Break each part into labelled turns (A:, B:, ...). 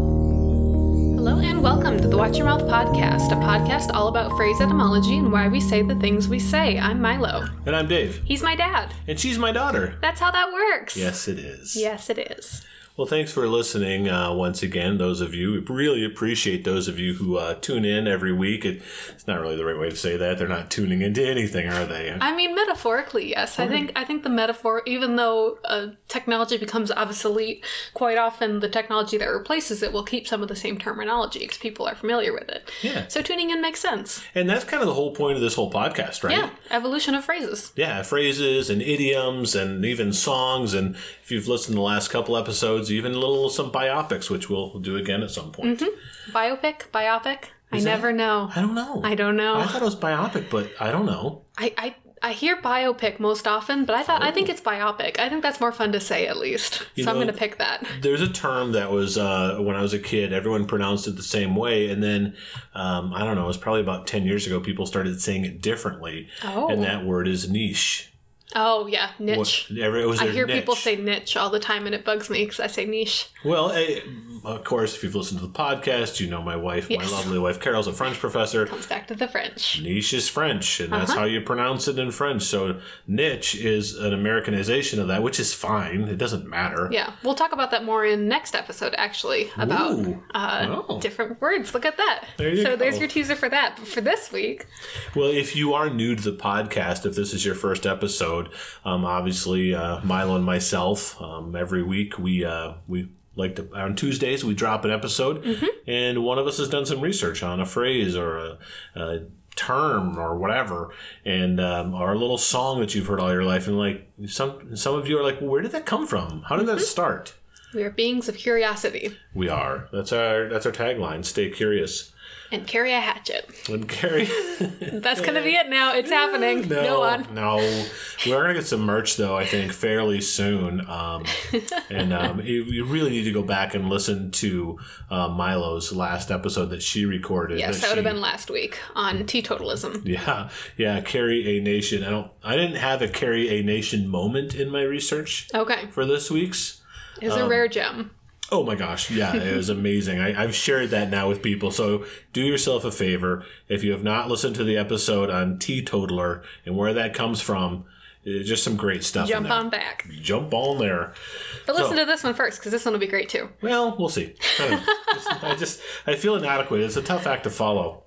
A: Hello and welcome to the Watch Your Mouth podcast, a podcast all about phrase etymology and why we say the things we say. I'm Milo.
B: And I'm Dave.
A: He's my dad.
B: And she's my daughter.
A: That's how that works.
B: Yes, it is.
A: Yes, it is.
B: Well, thanks for listening uh, once again, those of you. We really appreciate those of you who uh, tune in every week. It, it's not really the right way to say that. They're not tuning into anything, are they?
A: I mean, metaphorically, yes. I think I think the metaphor, even though uh, technology becomes obsolete, quite often the technology that replaces it will keep some of the same terminology because people are familiar with it.
B: Yeah.
A: So tuning in makes sense.
B: And that's kind of the whole point of this whole podcast, right?
A: Yeah. Evolution of phrases.
B: yeah, phrases and idioms and even songs. And if you've listened to the last couple episodes, even little some biopics, which we'll do again at some
A: Mm-hmm.
B: point.
A: Biopic, biopic. I
B: Is that-
A: never know.
B: I don't know.
A: I don't know.
B: I thought it was biopic, but I don't know.
A: I, I I hear biopic most often, but I thought I think it's biopic. I think that's more fun to say at least.
B: Oh. You
A: so I'm
B: know-
A: gonna pick that.
B: There's a term that was uh, when I was a kid, everyone pronounced it the same way, and then um, I don't know, it was probably about ten years ago. People started saying it differently,
A: Oh.
B: and that word is niche.
A: Oh yeah,
B: What-
A: niche.
B: every- it was
A: I
B: their
A: hear
B: niche.
A: people say niche all the time, and it bugs me because I say niche.
B: Well, eh, of course, if you've listened to the podcast, you know my wife, my
A: Yes.
B: lovely wife Carol's a French professor.
A: Comes back to the French.
B: Niche is French, and
A: Uh-huh.
B: that's how you pronounce it in French. So niche is an Americanization of that, which is fine. It doesn't matter.
A: Yeah, we'll talk about that more in next episode. Actually, about
B: Ooh.
A: uh,
B: Oh.
A: different words. Look at that.
B: There you
A: so there's
B: go.
A: your teaser for that. But for this week,
B: Well, if you are new to the podcast, if this is your first episode, um, obviously uh, Milo and myself, um, every week we uh, we like to on Tuesdays we drop an episode, and one of us has done some research on a phrase or a. a term or whatever and um, or a little song that you've heard all your life and like some some of you are like well, where did that come from how did that start
A: we are beings of curiosity
B: we are that's our that's our tagline stay curious
A: and carry a hatchet.
B: and carry
A: That's gonna be it. Now it's happening.
B: No,
A: Go on.
B: no. We're gonna get some merch though. I think fairly soon. Um, and um, you, you really need to go back and listen to uh, Milo's last episode that she recorded.
A: Yes, that would have been last week on teetotalism.
B: Yeah, yeah. Carry a nation. I don't. I didn't have a carry a nation moment in my research
A: Okay,
B: for this week's.
A: it's
B: Um,
A: a rare gem.
B: Oh my gosh! Yeah, it was amazing. I, I've shared that now with people. So do yourself a favor if you have not listened to the episode on teetotaler and where that comes from. eh, Just some great stuff. in
A: Jump
B: there.
A: on back.
B: jump on there.
A: But listen
B: So-
A: to this one first, because this one will be great too.
B: Well, we'll see. I, don't know. It's- I just I feel inadequate. It's a tough act to follow.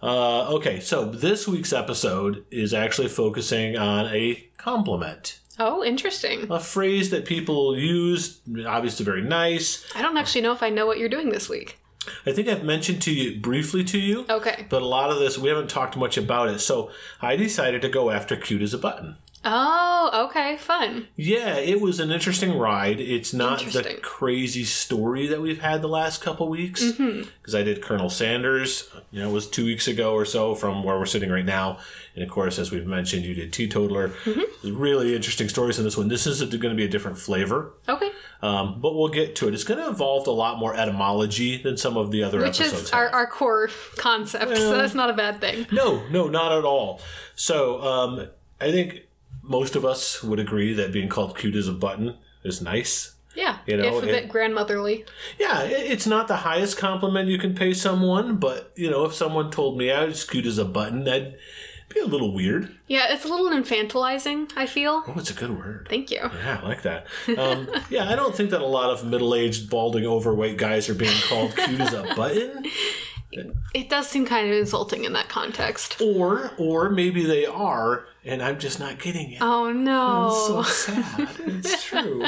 B: Uh, okay, so this week's episode is actually focusing on a compliment,
A: Oh, interesting.
B: a phrase that people use. Obviously, very nice.
A: I don't actually know if I know what you're doing this week.
B: I think I've mentioned to you briefly to you.
A: Okay.
B: But a lot of this we haven't talked much about it, so I decided to go after "Cute as a Button."
A: Oh, okay, fun.
B: Yeah, it was an interesting ride. It's not the
A: Interesting.
B: crazy story that we've had the last couple weeks because
A: Mm-hmm.
B: I did Colonel Sanders. You know, it was two weeks ago or so from where we're sitting right now, and of course, as we've mentioned, you did Teetotaler.
A: Mm-hmm.
B: Really interesting stories in this one. This is going to be a different flavor,
A: Okay,
B: um, but we'll get to it. It's going to involve a lot more etymology than some of the other
A: which
B: episodes.
A: is
B: have.
A: our, our core concept, so that's not a bad thing.
B: No, no, not at all. So, um, I think most of us would agree that being called cute as a button is nice.
A: Yeah,
B: You know,
A: if a
B: it-
A: bit grandmotherly.
B: Yeah, i- it's not the highest compliment you can pay someone, but you know, if someone told me I was cute as a button, that'd be a little weird.
A: Yeah, it's a little infantilizing, I feel.
B: Oh, it's a good word.
A: Thank you.
B: Yeah, I like that. Um, yeah, I don't think that a lot of middle-aged, balding, overweight guys are being called cute as a button,
A: It does seem kind of insulting in that context.
B: or or maybe they are, and I'm just not getting it.
A: Oh no.
B: so sad. It's true.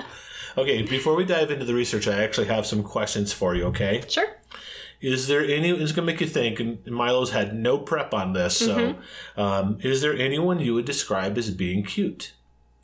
B: Okay, before we dive into the research, I actually have some questions for you, okay?
A: sure.
B: Is there any, it's going to make you think, and Milo's had
A: Mm-hmm.
B: no prep on this, so um, is there anyone you would describe as being cute?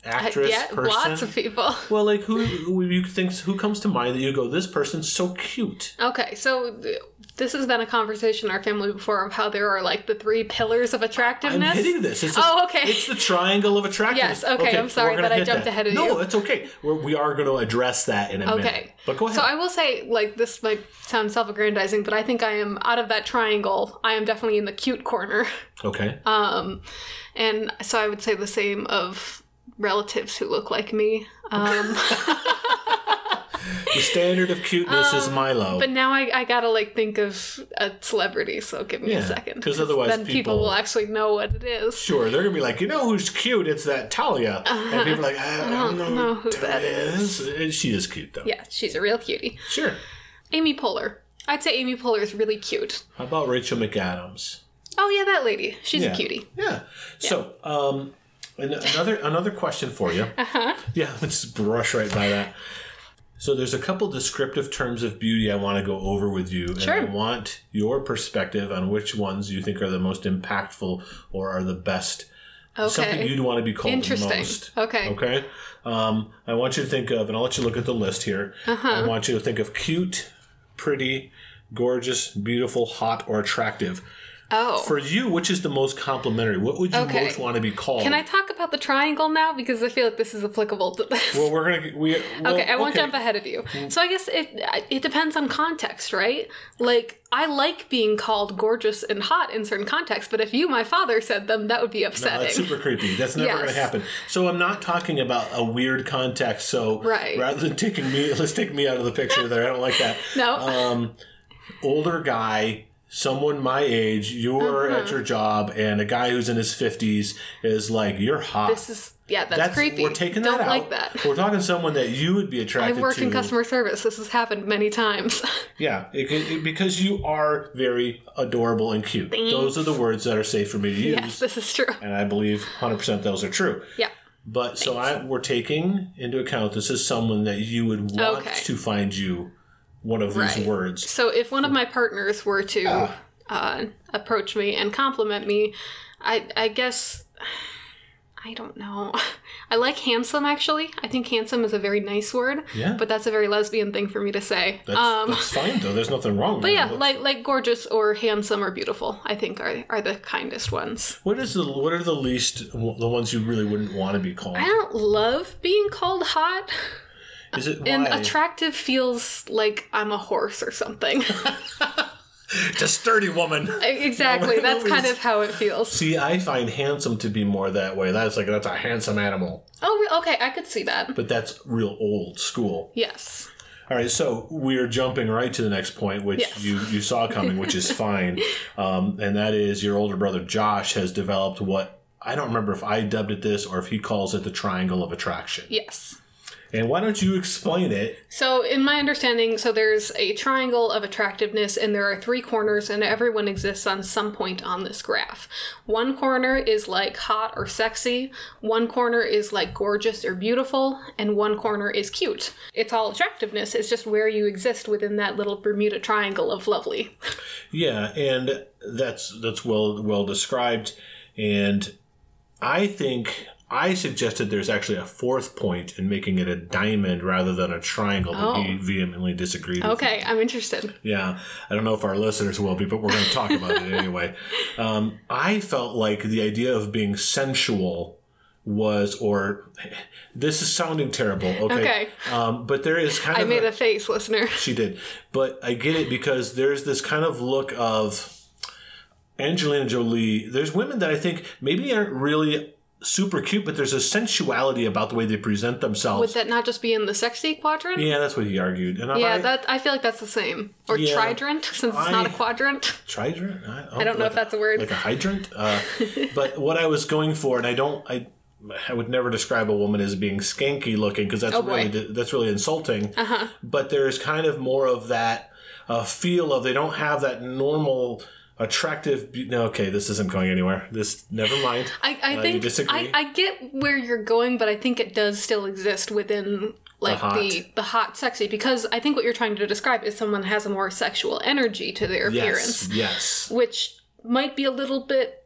B: actress,
A: Uh, yeah,
B: person?
A: lots of people.
B: well, like who, who you thinks who comes to mind that you go, this person's so cute.
A: Okay, so th- this has been a conversation in our family before of how there are like the three pillars of
B: I'm
A: attractiveness.
B: hitting this. It's
A: Oh,
B: just-
A: okay.
B: It's the triangle of attractiveness.
A: Yes, okay, I'm sorry
B: we're gonna
A: that I
B: hit
A: jumped
B: that.
A: ahead of
B: no,
A: you.
B: No, it's okay. We're, we are going to address that in a minute.
A: Okay.
B: But go ahead.
A: So I will say, like, this might sound self aggrandizing, but I think I am out of that triangle. I am definitely in the cute corner.
B: okay.
A: Um, and so I would say the same of relatives who look like me. Um,
B: the standard of cuteness is
A: um,
B: Milo.
A: but now I, I gotta, like, think of a celebrity, so give me a
B: Yeah,
A: second.
B: 'cause otherwise
A: then people...
B: people-
A: will actually know what it is.
B: Sure, they're gonna be like, you know who's cute? It's that Talia, and people are like, I don't, know, who that is. And She is cute though.
A: Yeah, she's a real cutie.
B: Sure.
A: Amy Poehler. I'd say Amy Poehler is really cute.
B: How about Rachel McAdams?
A: Oh, yeah, that lady. She's
B: Yeah. Oh,
A: a cutie.
B: Yeah. So, um, an- another another question for you. Uh-huh. Yeah, let's just brush right by that. So there's a couple descriptive terms of beauty I want to go over with you, and I
A: Sure.
B: want your perspective on which ones you think are the most impactful or are the best.
A: Okay.
B: Something you'd want to be called the
A: Interesting.
B: most.
A: Okay.
B: Okay. Um, I want you to think of, and I'll let you look at the list here.
A: Uh-huh.
B: I want you to think of cute, pretty, gorgeous, beautiful, hot, or attractive.
A: Oh.
B: For you, which is the most complimentary? What would you
A: Okay.
B: most want to be called?
A: Can I talk about the triangle now? Because I feel like this is applicable to this.
B: Well, we're gonna. We, well, Mm.
A: okay, I won't jump ahead of you. So I guess it it depends on context, right? Like I like being called gorgeous and hot in certain contexts, but if you, my father, said them, that would be
B: No, that's
A: upsetting.
B: super creepy. That's never going
A: Yes.
B: to happen. So I'm not talking about a weird context. So
A: Right.
B: rather than taking me, let's take me out of the picture there. I don't like that.
A: no,
B: Um, older guy, someone my age, you're
A: Mm-hmm.
B: at your job, and a guy who's in his 50s is like, you're hot.
A: this is yeah, that's, creepy.
B: We're taking
A: Don't
B: that out.
A: like that.
B: We're talking someone that you would be attracted
A: I've worked
B: to.
A: in customer service. This has happened many times.
B: Yeah, it, could- it- because you are very adorable and cute. Those are the words that are safe for me to use,
A: yes, this is true.
B: and I believe 100% those are true.
A: Yeah.
B: But so I, we're taking into account this is someone that you would want
A: Okay.
B: to find you one of these
A: Right.
B: words.
A: So if one of
B: Hmm.
A: my partners were to
B: Ah.
A: uh, approach me and compliment me, I I guess I don't know. I like handsome actually. I think handsome is a very nice word.
B: Yeah.
A: But that's a very lesbian thing for me to say.
B: That's,
A: um
B: that's fine though. There's nothing wrong. But
A: yeah, like like gorgeous or handsome or beautiful, I think are are the kindest ones.
B: what is the what are the least the ones you really wouldn't want to be called?
A: I don't love being called hot,
B: Is it
A: and
B: why?
A: attractive feels like I'm a horse or something.
B: Just sturdy woman.
A: exactly,
B: No,
A: that's
B: no,
A: kind
B: it's-
A: of how it feels.
B: See, I find handsome to be more that way. That's like that's a handsome animal,
A: Oh, re- okay, I could see that.
B: but that's real old school.
A: Yes.
B: All right, so we're jumping right to the next point, which
A: Yes.
B: you, you saw coming, which is fine. Um, and that is your older brother Josh has developed what I don't remember if I dubbed it this or if he calls it the triangle of attraction.
A: Yes.
B: And why don't you explain it?
A: So, in my understanding, so there's a triangle of attractiveness, and there are three corners, and everyone exists on some point on this graph. One corner is like hot or sexy, one corner is like gorgeous or beautiful, and one corner is cute. It's all attractiveness, it's just where you exist within that little Bermuda triangle of lovely.
B: Yeah, and that's that's well well described. And I think I suggested there's actually a fourth point in making it a diamond rather than a triangle, but he
A: Oh.
B: vehemently disagreed. with
A: Okay, I'm interested.
B: Yeah, I don't know if our listeners will be, but we're going to talk about it anyway. Um, I felt like the idea of being sensual was, or this is sounding terrible, okay?
A: Okay.
B: Um, but there is kind
A: I
B: of
A: made a face, listener.
B: she did, but I get it because there's this kind of look of Angelina Jolie. There's women that I think maybe aren't really super cute, but there's a sensuality about the way they present themselves.
A: Would that not just be in the sexy quadrant?
B: yeah, that's what he argued, and
A: Yeah,
B: I,
A: that I feel like that's the same. Or
B: Yeah.
A: trident, since it's not a
B: I-
A: quadrant.
B: Trident?
A: I don't know if that's a word.
B: Like a hydrant. Uh, but what I was going for, and I don't, I, I would never describe a woman as being skanky looking because that's
A: Oh, boy. Uh-huh.
B: really that's really insulting. But there's kind of more of that uh, feel of they don't have that normal attractive. Be- no, okay, this isn't going anywhere. This never mind.
A: I, I
B: Uh, you
A: think
B: disagree?
A: I, I get where you're going, but I think it does still exist within like
B: hot.
A: the the hot sexy because I think what you're trying to describe is someone has a more sexual energy to their
B: yes,
A: appearance,
B: yes.
A: which might be a little bit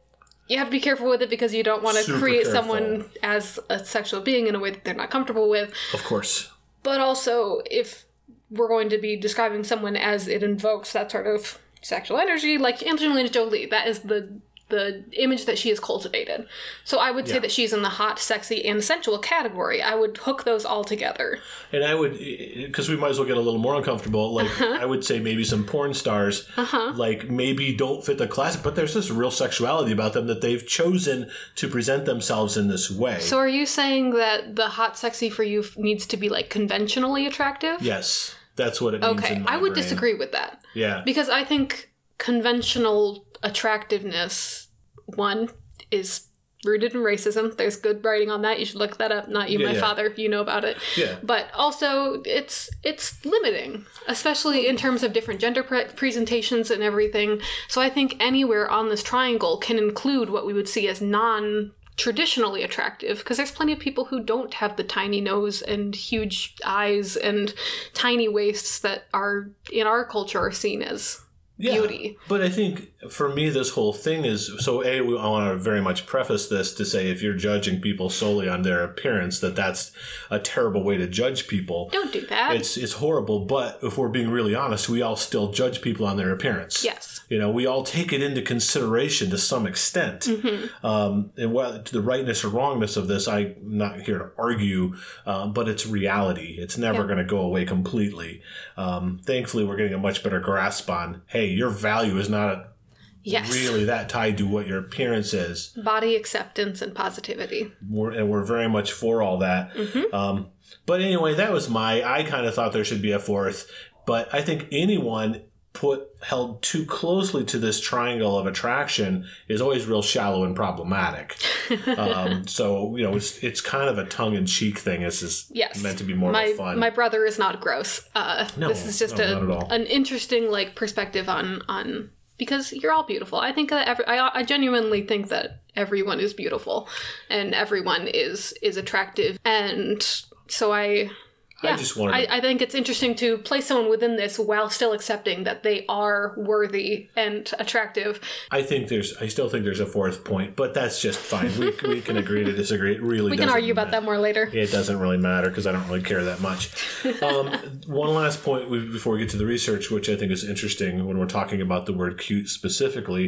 A: you have to be careful with it because you don't want to
B: Super
A: create
B: careful.
A: someone as a sexual being in a way that they're not comfortable with.
B: Of course.
A: But also, if we're going to be describing someone as it invokes that sort of sexual energy, like Angelina Jolie, that is the the image that she has cultivated. So I would say that she's in the hot, sexy, and sensual category. I would hook those all together.
B: And I would, because we might as well get a little more uncomfortable. Like
A: Uh-huh.
B: I would say, maybe some porn stars, like maybe don't fit the classic, but there's this real sexuality about them that they've chosen to present themselves in this way.
A: So are you saying that the hot, sexy for you f- needs to be like conventionally attractive?
B: yes, that's what it means.
A: Okay,
B: in my
A: I would
B: brain.
A: disagree with that.
B: Yeah,
A: Because I think conventional attractiveness, one, is rooted in racism. There's good writing on that. You should look that up. Not you,
B: Yeah,
A: my
B: yeah.
A: father. You know about it.
B: Yeah.
A: But also, it's it's limiting, especially in terms of different gender pre- presentations and everything. So I think anywhere on this triangle can include what we would see as non traditionally attractive because there's plenty of people who don't have the tiny nose and huge eyes and tiny waists that are in our culture are seen as
B: yeah.
A: beauty.
B: But I think for me, this whole thing is so. A, we, I want to very much preface this to say, if you're judging people solely on their appearance, that that's a terrible way to judge people.
A: don't do that.
B: It's it's horrible. But if we're being really honest, we all still judge people on their appearance.
A: yes.
B: You know, we all take it into consideration to some extent.
A: Mm-hmm.
B: Um, and what the rightness or wrongness of this, I'm not here to argue, um, but it's reality. It's never
A: Yeah.
B: going to go away completely. Um, thankfully, we're getting a much better grasp on hey, your value is not
A: Yes.
B: really that tied to what your appearance is.
A: Body acceptance and positivity.
B: We're, and we're very much for all that.
A: Mm-hmm.
B: Um, but anyway, that was my. I kind of thought there should be a fourth, but I think anyone put held too closely to this triangle of attraction is always real shallow and problematic. um, so you know, it's it's kind of a tongue in cheek thing. This is
A: Yes.
B: meant to be more of
A: my
B: a fun.
A: my brother is not gross. Uh,
B: No,
A: this is just
B: no, not at
A: a,
B: all.
A: an interesting like perspective on on because you're all beautiful. I think that every, I, I genuinely think that everyone is beautiful, and everyone is is attractive, and so I
B: I
A: yeah.
B: just wanted.
A: I,
B: to,
A: I think it's interesting to place someone within this while still accepting that they are worthy and attractive.
B: I think there's. I still think there's a fourth point, but that's just fine. We, we can agree to disagree. It really
A: We can argue about that more later.
B: It doesn't really matter because I don't really care that much. Um, one last point we- before we get to the research, which I think is interesting when we're talking about the word cute specifically.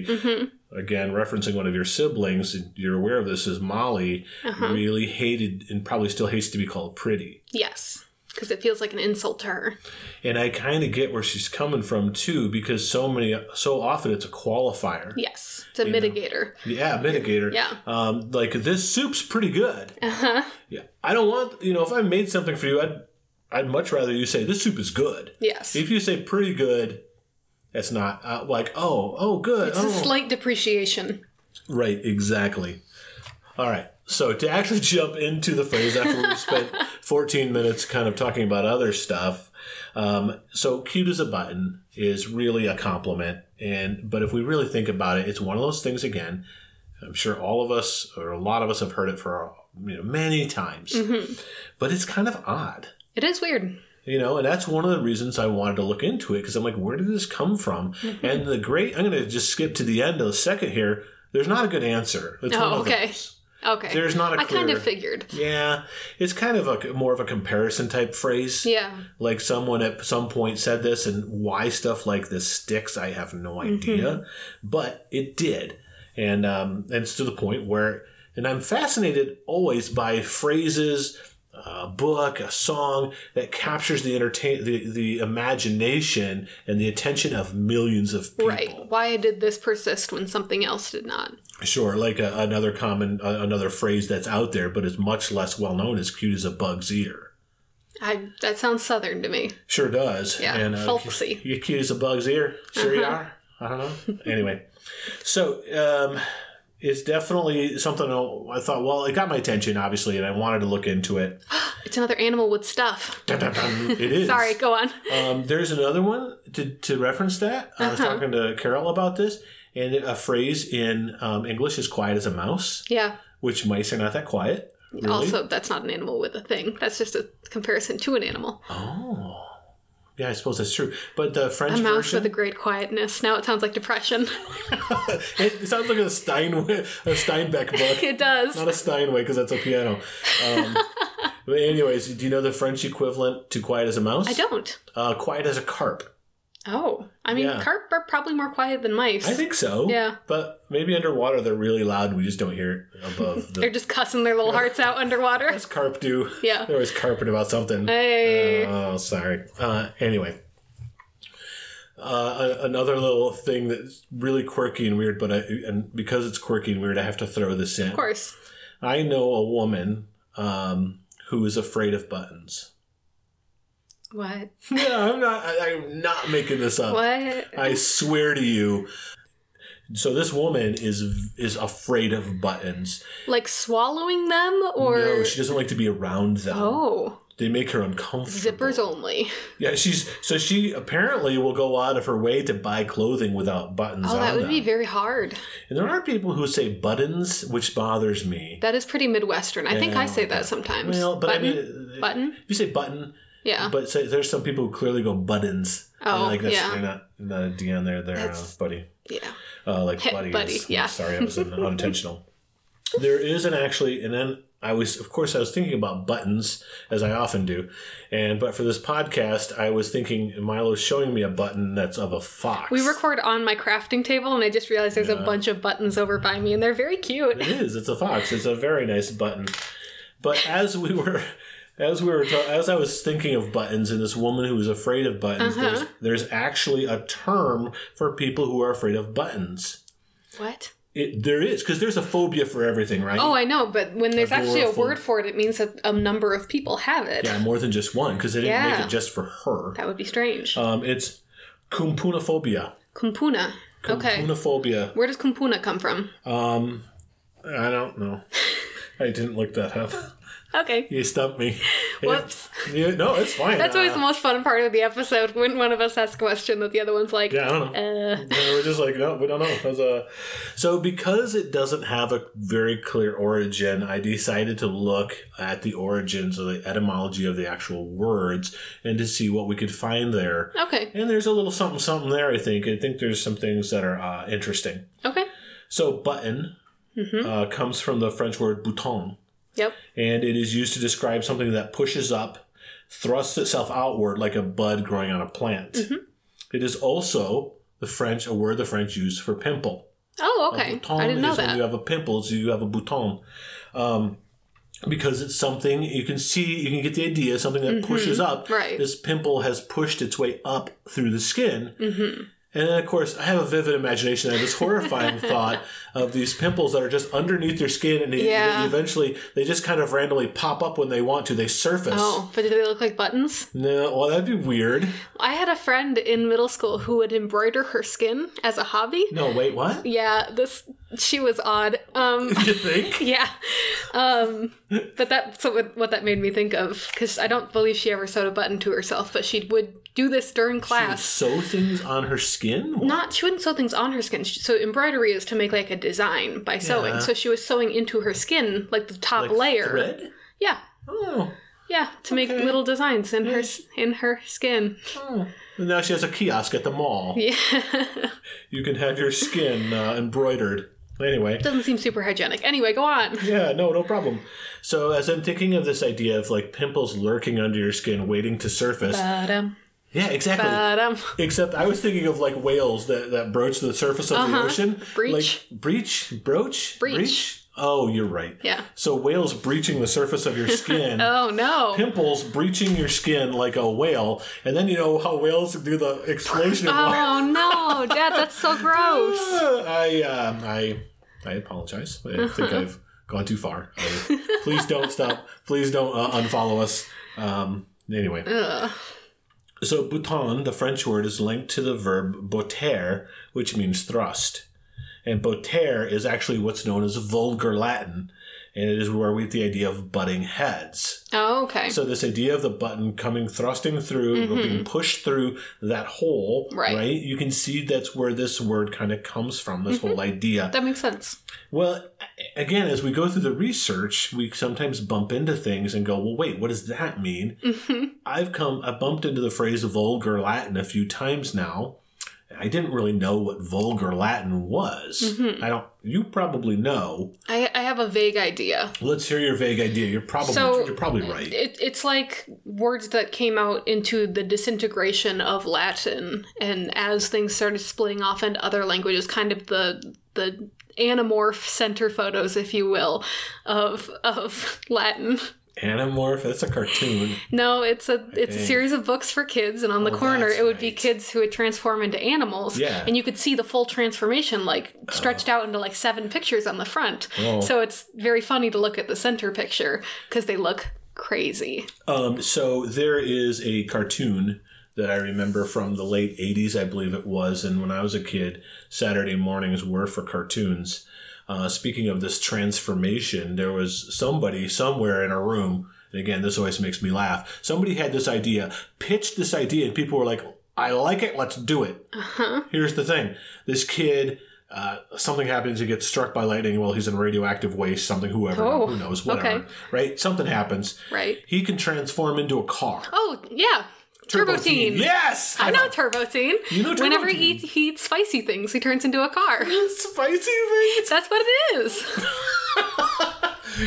B: Again, referencing one of your siblings, you're aware of this, is Molly really hated and probably still hates to be called pretty.
A: Yes, because it feels like an insult to her.
B: And I kind of get where she's coming from too, because so many, so often it's a qualifier.
A: Yes, it's a mitigator.
B: Yeah, mitigator.
A: Yeah. Uh-huh.
B: Um, like this soup's pretty good. Uh huh. Yeah. I don't want you know if I made something for you, I'd I'd much rather you say this soup is good.
A: Yes.
B: If you say pretty good, that's not uh, like oh oh good.
A: It's
B: oh.
A: a slight depreciation.
B: right. Exactly. All right. So to actually jump into the phrase after we spent 14 minutes kind of talking about other stuff. Um, so cute as a button is really a compliment, and but if we really think about it, it's one of those things again I'm sure all of us or a lot of us have heard it for you know many times, but it's kind of odd,
A: It is weird.
B: you know, and that's one of the reasons I wanted to look into it because I'm like, where did this come from?
A: Mm-hmm.
B: And the great, I'm going to just skip to the end of the second here. There's not a good answer. It's
A: Oh,
B: one of
A: okay.
B: those.
A: Okay.
B: There's not a
A: I
B: clear.
A: kind of figured.
B: yeah, it's kind of a more of a comparison type phrase.
A: Yeah.
B: Like someone at some point said this, and why stuff like this sticks, I have no idea. But it did, and um, and it's to the point where, and I'm fascinated always by phrases, a book, a song that captures the entertain the, the imagination and the attention of millions of people.
A: Right. Why did this persist when something else did not?
B: Sure, like a, another common uh, another phrase that's out there, but is much less well known is "cute as a bug's ear."
A: I that sounds southern to me.
B: Sure does. uh,
A: Yeah, folksy. Uh-huh.
B: You cute as a bug's ear. Sure you are. I don't know. anyway, so um, it's definitely something I thought. Well, it got my attention, obviously, and I wanted to look into it.
A: It's another animal with stuff.
B: Dun, dun, dun. it is.
A: Sorry, go on.
B: Um, there's another one to, to reference that. I was
A: Uh-huh.
B: talking to Carol about this, and a phrase in um, English is "quiet as a mouse,"
A: Yeah.
B: which mice are not that quiet. Really?
A: Also, that's not an animal with a thing. That's just a comparison to an animal.
B: oh, Yeah, I suppose that's true. But the French
A: A mouse
B: version,
A: with a great quietness. Now it sounds like depression.
B: it sounds like a Stein a Steinbeck book,
A: it does.
B: not a Steinway because that's a piano. Um, but anyways, do you know the French equivalent to quiet as a mouse?
A: I don't.
B: Uh, quiet as a carp.
A: Oh, I mean,
B: Yeah.
A: carp are probably more quiet than mice.
B: I think so.
A: Yeah.
B: But maybe underwater they're really loud. We just don't hear it above
A: They're
B: the.
A: just cussing their little hearts out underwater.
B: What's carp do?
A: Yeah.
B: They're always carping about something.
A: Hey.
B: Oh, sorry. Uh, anyway, uh, a- another little thing that's really quirky and weird, but I, and because it's quirky and weird, I have to throw this in.
A: Of course.
B: I know a woman um, who is afraid of buttons.
A: What?
B: Yeah, I'm not. I, I'm not making this up.
A: What?
B: I swear to you. So this woman is is afraid of buttons.
A: Like swallowing them or
B: no, she doesn't like to be around them.
A: Oh,
B: They make her uncomfortable.
A: zippers only.
B: Yeah, she's so she apparently will go out of her way to buy clothing without buttons
A: Oh,
B: on
A: that would
B: them.
A: be very hard.
B: and there are people who say buttons, which bothers me.
A: That is pretty Midwestern. I think
B: Yeah,
A: I say that sometimes.
B: well, but
A: button?
B: I mean,
A: Button?
B: if you say button,
A: Yeah.
B: but say, there's some people who clearly go buttons.
A: Oh,
B: And, like that's,
A: yeah.
B: They're not not a D on there. They're uh,
A: That's-
B: buddy.
A: yeah.
B: uh, like
A: Hey,
B: buddy,
A: buddy,
B: is-
A: yeah.
B: Sorry, I was un- unintentional. There is an actually, and then I was, of course, I was thinking about buttons as I often do, and but for this podcast, I was thinking Milo's showing me a button that's of a fox.
A: We record on my crafting table, and I just realized there's a bunch of buttons over by me, and they're very cute.
B: It is. It's a fox. It's a very nice button. But as we were, as we were, ta- as I was thinking of buttons and this woman who was afraid of buttons,
A: Uh-huh.
B: there's, there's actually a term for people who are afraid of buttons.
A: What?
B: It, there is because there's a phobia for everything, right?
A: Oh, I know, but when there's actually a
B: Agoraphobe.
A: word for it, it means that a number of people have it.
B: Yeah, more than just one because they didn't make
A: Yeah.
B: it just for her.
A: That would be strange.
B: Um, it's kumpunophobia.
A: Kumpuna. Okay.
B: Kumpunophobia.
A: Where does Kumpuna come from?
B: Um, I don't know. I didn't look that up.
A: Okay.
B: You stumped me.
A: Whoops.
B: It- yeah, no, it's fine.
A: That's
B: Uh,
A: always the most fun part of the episode when one of us asks a question that the other one's like,
B: Yeah, I don't know.
A: uh,
B: And we're just like, no, we don't know. uh, It was a- So, because it doesn't have a very clear origin, I decided to look at the origins of the etymology of the actual words and to see what we could find there.
A: uh, okay.
B: And there's a little something, something there, I think. I think there's some things that are uh, interesting.
A: Okay.
B: So, button uh, comes from the French word bouton,
A: Yep.
B: and it is used to describe something that pushes up, thrusts itself outward like a bud growing on a plant. It is also the French, a word the French use for pimple.
A: Oh, okay.
B: Bouton
A: I didn't know
B: is when
A: that.
B: you have a pimple, so you have a bouton. Um, because it's something you can see, you can get the idea, something that pushes up.
A: Mm-hmm, Right.
B: This pimple has pushed its way up through the skin.
A: Mm-hmm.
B: And then, of course, I have a vivid imagination. I have this horrifying thought of these pimples that are just underneath your skin, and they,
A: Yeah.
B: they eventually they just kind of randomly pop up when they want to. They surface.
A: Oh, but do they look like buttons?
B: No, well, that'd be weird.
A: I had a friend in middle school who would embroider her skin as a hobby.
B: No, wait, what?
A: Yeah, this she was odd. Um,
B: you think?
A: yeah, um, but that's what, what that made me think of because I don't believe she ever sewed a button to herself, but she would do this during class.
B: Sew things on her skin?
A: Not she wouldn't sew things on her skin. She- So embroidery is to make like a design by sewing.
B: Yeah.
A: So she was sewing into her skin like the top
B: Like
A: layer.
B: Thread?
A: Yeah,
B: Oh.
A: yeah, to make
B: Okay.
A: little designs in her s- in her skin.
B: Oh. And now she has a kiosk at the mall.
A: Yeah.
B: You can have your skin uh, embroidered. Anyway.
A: Doesn't seem super hygienic. Anyway, go on.
B: Yeah, no, no problem. So, as I'm thinking of this idea of like pimples lurking under your skin, waiting to surface.
A: Ba-dum,
B: yeah, exactly.
A: ba-dum.
B: Except I was thinking of like whales that, that broach the surface of the ocean.
A: Uh-huh. Breach.
B: Like, breach? Broach?
A: Breach.
B: Oh, you're right.
A: Yeah.
B: So, whales breaching the surface of your skin.
A: Oh no.
B: Pimples breaching your skin like a whale, and then you know how whales do the explosion. of water.
A: Oh no, Dad, that's so gross.
B: Uh, I um, I I apologize. I think I've gone too far. I- please don't stop. Please don't uh, unfollow us. Um, anyway,
A: Ugh.
B: so bouton, the French word, is linked to the verb botter, which means thrust. And botere is actually what's known as vulgar Latin, and it is where we get the idea of butting heads.
A: Oh, okay.
B: So this idea of the button coming thrusting through, or being pushed through that hole,
A: Mm-hmm. Right.
B: You can see that's where this word kind of comes from. This
A: Mm-hmm.
B: whole idea.
A: that makes sense.
B: Well, a- again, as we go through the research, we sometimes bump into things and go, "Well, wait, what does that mean?"
A: Mhm.
B: I've come, I bumped into the phrase vulgar Latin a few times now. I didn't really know what vulgar Latin was.
A: Mm-hmm.
B: I don't. You probably know.
A: I, I have a vague idea.
B: Let's hear your vague idea. You're probably
A: So-
B: you're probably right.
A: It, it's like words that came out into the disintegration of Latin, and as things started splitting off into other languages, kind of the the anamorph center photos, if you will, of of Latin.
B: Anamorph. That's a cartoon.
A: No, it's a it's a
B: think.
A: series of books for kids, and on the
B: Oh,
A: corner
B: that's
A: it would be
B: right.
A: kids who would transform into animals.
B: Yeah. Uh-huh.
A: and you could see the full transformation, like stretched out into like seven pictures on the front.
B: Oh.
A: So it's very funny to look at the center picture because they look crazy.
B: Um, so there is a cartoon that I remember from the late 80s, I believe it was. And when I was a kid, Saturday mornings were for cartoons. Uh, speaking of this transformation, there was somebody somewhere in a room. And again, this always makes me laugh. Somebody had this idea, pitched this idea, and people were like, I like it, let's do it.
A: Uh-huh.
B: Here's the thing this kid. Uh, something happens. He gets struck by lightning while he's in radioactive waste. Something, whoever,
A: Oh,
B: who knows, whatever,
A: okay.
B: right? Something happens.
A: Right.
B: He can transform into a car.
A: Oh yeah, Turbo Teen.
B: Yes,
A: I know Turbo Teen.
B: You know Turbo
A: Whenever he
B: Teen.
A: eats, he eats spicy things, he turns into a car.
B: Spicy things.
A: That's what it is.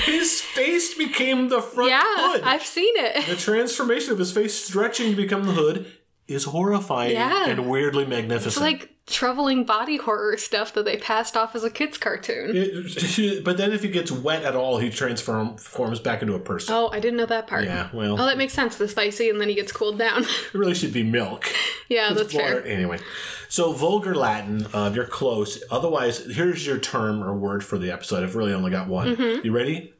B: His face became the front
A: Yeah,
B: hood.
A: I've seen it.
B: the transformation of his face stretching to become the hood is horrifying
A: Yeah.
B: and weirdly magnificent.
A: It's like troubling body horror stuff that they passed off as a kids cartoon.
B: It- but then if he gets wet at all, he transforms back into a person.
A: Oh, I didn't know that part.
B: Yeah, well,
A: Oh, that makes sense. The spicy, and then he gets cooled down.
B: it really should be milk.
A: yeah, that's
B: Water-
A: fair.
B: Anyway, so vulgar Latin, uh, you're close. Otherwise, here's your term or word for the episode. I've really only got one.
A: Mm-hmm.
B: You ready?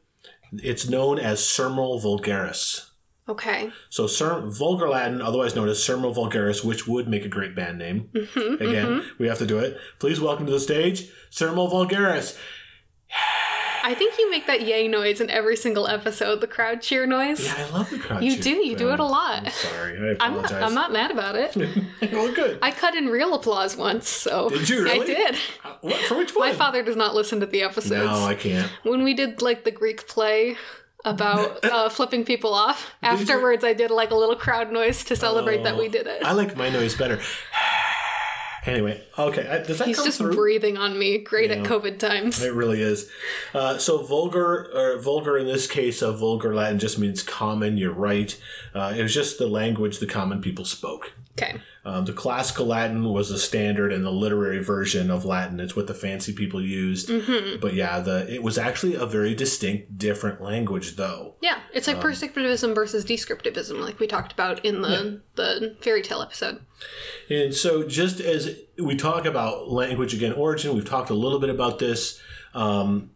B: It's known as sermal vulgaris.
A: Okay.
B: So, ser- vulgar Latin, otherwise known as sermal vulgaris, which would make a great band name.
A: Mm-hmm,
B: Again, we have to do it. Please welcome to the stage, sermal vulgaris.
A: I think you make that yay noise in every single episode, the crowd cheer noise.
B: Yeah, I love the crowd.
A: You
B: cheer
A: do, you do
B: sound.
A: it a lot.
B: I'm sorry, I
A: I'm not,
B: apologize.
A: I'm not mad about it.
B: well, good.
A: I cut in real applause once, so.
B: Did you
A: I
B: really?
A: did.
B: Uh, what, for which
A: My
B: one?
A: father does not listen to the episodes.
B: No, I can't.
A: when we did, like, the Greek play about uh, flipping people off, afterwards I did, like, a little crowd noise to celebrate that we did it.
B: Oh. I like my noise better. anyway, okay. I- Does that
A: He's
B: come
A: just
B: through?
A: breathing on me. Great at COVID times.
B: it really is. Uh, so vulgar, or vulgar in this case, of vulgar Latin just means common. You're right. Uh, it was just the language the common people spoke.
A: Okay.
B: Um, the classical Latin was the standard and the literary version of Latin. It's what the fancy people used.
A: Mm-hmm.
B: But yeah, the it was actually a very distinct, different language, though.
A: Yeah, it's
B: Um,
A: like prescriptivism versus descriptivism, like we talked about in the the fairy tale episode.
B: And so, just as we talk about language again, origin, we've talked a little bit about this. Um,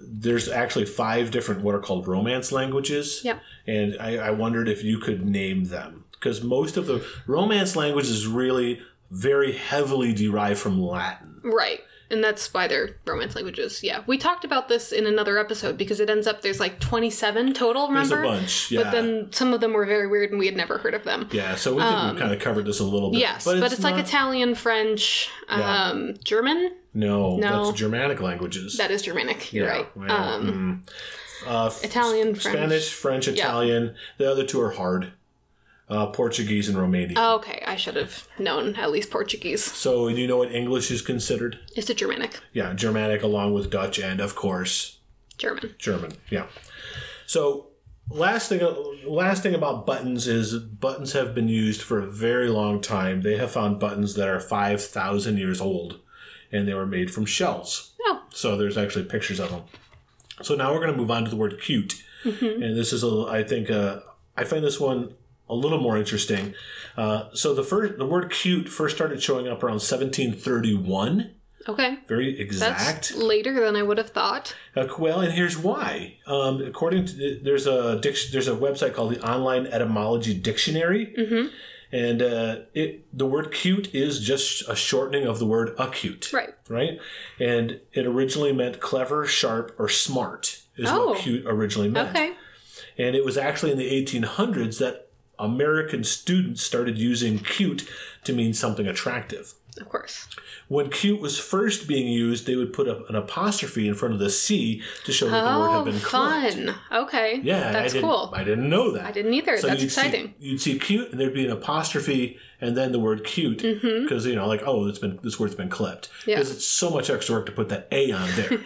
B: there's actually five different what are called Romance languages.
A: Yep.
B: And I, I wondered if you could name them because most of the Romance language is really very heavily derived from Latin.
A: Right. And that's why they're Romance languages. Yeah. We talked about this in another episode because it ends up there's like 27 total, remember?
B: There's a bunch. Yeah.
A: But then some of them were very weird and we had never heard of them.
B: yeah. So we think we kind of covered this a little bit.
A: um, Yes, but it's, like
B: not-
A: Italian, French,
B: Yeah.
A: um, German.
B: no,
A: No.
B: that's Germanic languages.
A: That is Germanic. You're
B: Yeah,
A: right.
B: well,
A: um,
B: mm. Uh, f-
A: Italian, French.
B: Spanish, French, Italian. The other two are hard. Uh, Portuguese and Romanian.
A: Oh, Okay, I should have known at least Portuguese.
B: So you know what English is considered?
A: Is it Germanic?
B: Yeah, Germanic along with Dutch and of course
A: German.
B: German. Yeah. So last thing last thing about buttons is buttons have been used for a very long time. They have found buttons that are 5000 years old and they were made from shells.
A: Oh,
B: So there's actually pictures of them. So now we're going to move on to the word cute, and this is a I think uh, I find this one a little more interesting. Uh, so the first the word cute first started showing up around 1731.
A: okay.
B: Very
A: That's
B: exact.
A: later than I would have thought.
B: Uh, well, and here's why. Um, according to there's a dic- there's a website called the Online Etymology Dictionary, and uh, it the word cute is just a shortening of the word acute,
A: Right.
B: Right, and it originally meant clever, sharp, or smart is
A: Oh.
B: what cute originally meant.
A: Okay.
B: And it was actually in the 1800s that American students started using cute to mean something attractive.
A: Of course.
B: When cute was first being used, they would put a, an apostrophe in front of the C to show that the word
A: Oh,
B: had been correct.
A: fun. Okay.
B: Yeah, and
A: That's
B: I didn't,
A: cool.
B: I didn't know that.
A: I didn't either. That's
B: you'd see-
A: exciting.
B: you'd see cute, and there'd be an apostrophe, and then the word cute, because you know, like, oh, it's been this word's been clipped,
A: Mm-hmm. Yeah.
B: because it's so much extra work to put that a on there.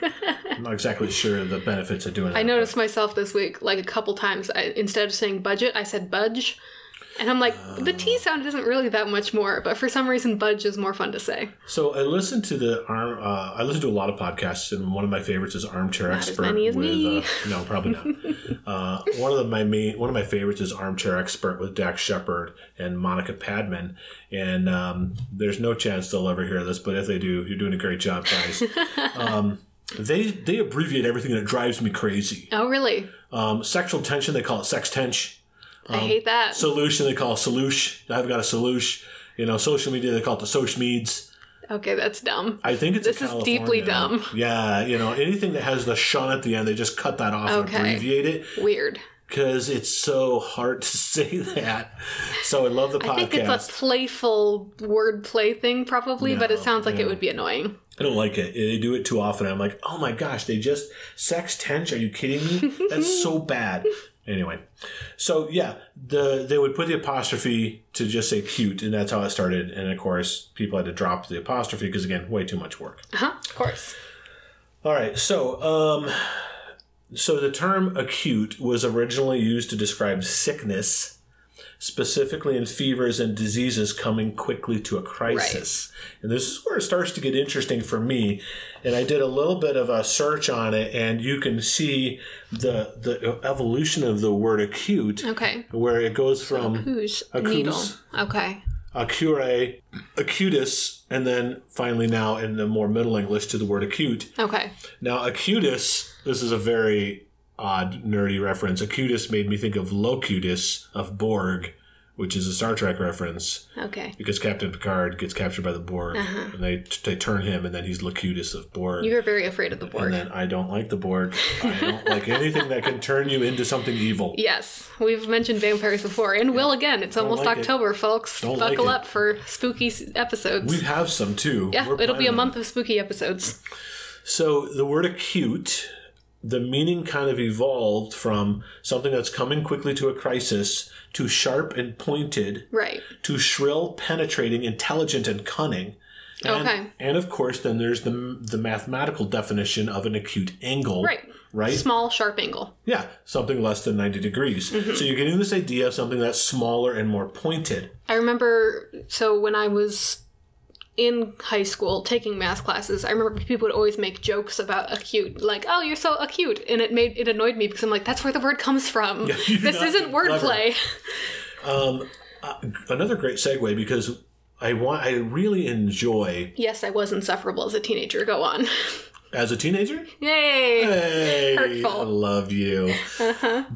B: I'm not exactly sure the benefits of doing that.
A: I noticed myself this week, like a couple times, I, instead of saying budget, I said budge. And I'm like, the
B: Uh.
A: T sound isn't really that much more, but for some reason, budge is more fun to say.
B: So I listened to the arm. Uh, I listen to a lot of podcasts, and one of my favorites is Armchair
A: as
B: Expert.
A: many as
B: with
A: me.
B: Uh, no, probably not. uh, one of the, my main one of my favorites is Armchair Expert with Dax Shepard and Monica Padman. And um, there's no chance they'll ever hear this, but if they do, you're doing a great job, guys. um, they they abbreviate everything, and it drives me crazy.
A: Oh, really?
B: Um, sexual tension, they call it sex tension. Um,
A: I hate that.
B: Solution, they call it solution. I've got a solution. You know, social media, they call it the social meds.
A: okay, that's dumb.
B: I think it's a
A: This is deeply
B: California-
A: dumb.
B: Yeah, you know anything that has the shun at the end, they just cut that off
A: Okay.
B: and abbreviate it
A: Weird.
B: because it's so hard to say that. So I love the podcast.
A: I
B: I,
A: think it's a playful wordplay thing, probably, but it
B: No,
A: sounds like
B: yeah.
A: it would be annoying.
B: don't like it. They do it too often. I'm like, oh my gosh, they just sex tench. Are you kidding me? That's so bad. Anyway, so yeah, the they would put the apostrophe to just say cute, and that's how it started. And of course, people had to drop the apostrophe because again, way too much work.
A: Uh huh. Of course.
B: All right, so um, so the term acute was originally used to describe sickness, specifically in fevers and diseases coming quickly to a crisis. And this is where it starts to get interesting for me. And I did a little bit of a search on it, and you can see the the evolution of the word acute,
A: Okay.
B: where it goes from
A: Who's
B: Um, A
A: needle?
B: coos.
A: Okay.
B: acure, acutus, and then finally now in the more Middle English to the word acute.
A: Okay.
B: Now, acutus, this is a very odd, nerdy reference. Acutus made me think of Locutus of Borg, which is a Star Trek reference,
A: Okay.
B: because Captain Picard gets captured by the Borg,
A: Uh-huh.
B: and they, they turn him, and then he's Locutus of Borg.
A: You were very afraid of the
B: and
A: Borg.
B: then I don't like the Borg. I don't like anything that can turn you into something evil.
A: Yes, we've mentioned vampires before, and will again. It's almost
B: like it.
A: October, folks.
B: Don't like
A: Buckle
B: it.
A: up for spooky s- episodes.
B: We have some too.
A: yeah,
B: We're
A: it'll be
B: planning
A: a
B: on
A: month of spooky episodes.
B: So the word acute, the meaning kind of evolved from something that's coming quickly to a crisis to sharp and pointed
A: Right.
B: to shrill, penetrating, intelligent, and cunning. And,
A: Okay.
B: And of course, then there's the the mathematical definition of an acute angle.
A: Right.
B: Right.
A: Small, sharp angle.
B: yeah, something less than ninety degrees.
A: Mm-hmm.
B: So you're getting this idea of something that's smaller and more pointed.
A: I remember, so when I was in high school taking math classes, I remember people would always make jokes about acute, like, oh, you're so acute. And it made it annoyed me because I'm like, that's where the word comes from.
B: you're
A: this
B: not
A: isn't
B: clever.
A: wordplay.
B: Another great segue because I want I really enjoy
A: yes, I was insufferable as a teenager. Go on.
B: as a teenager.
A: Yay.
B: Hey,
A: Hurtful. Uh-huh.
B: I love you.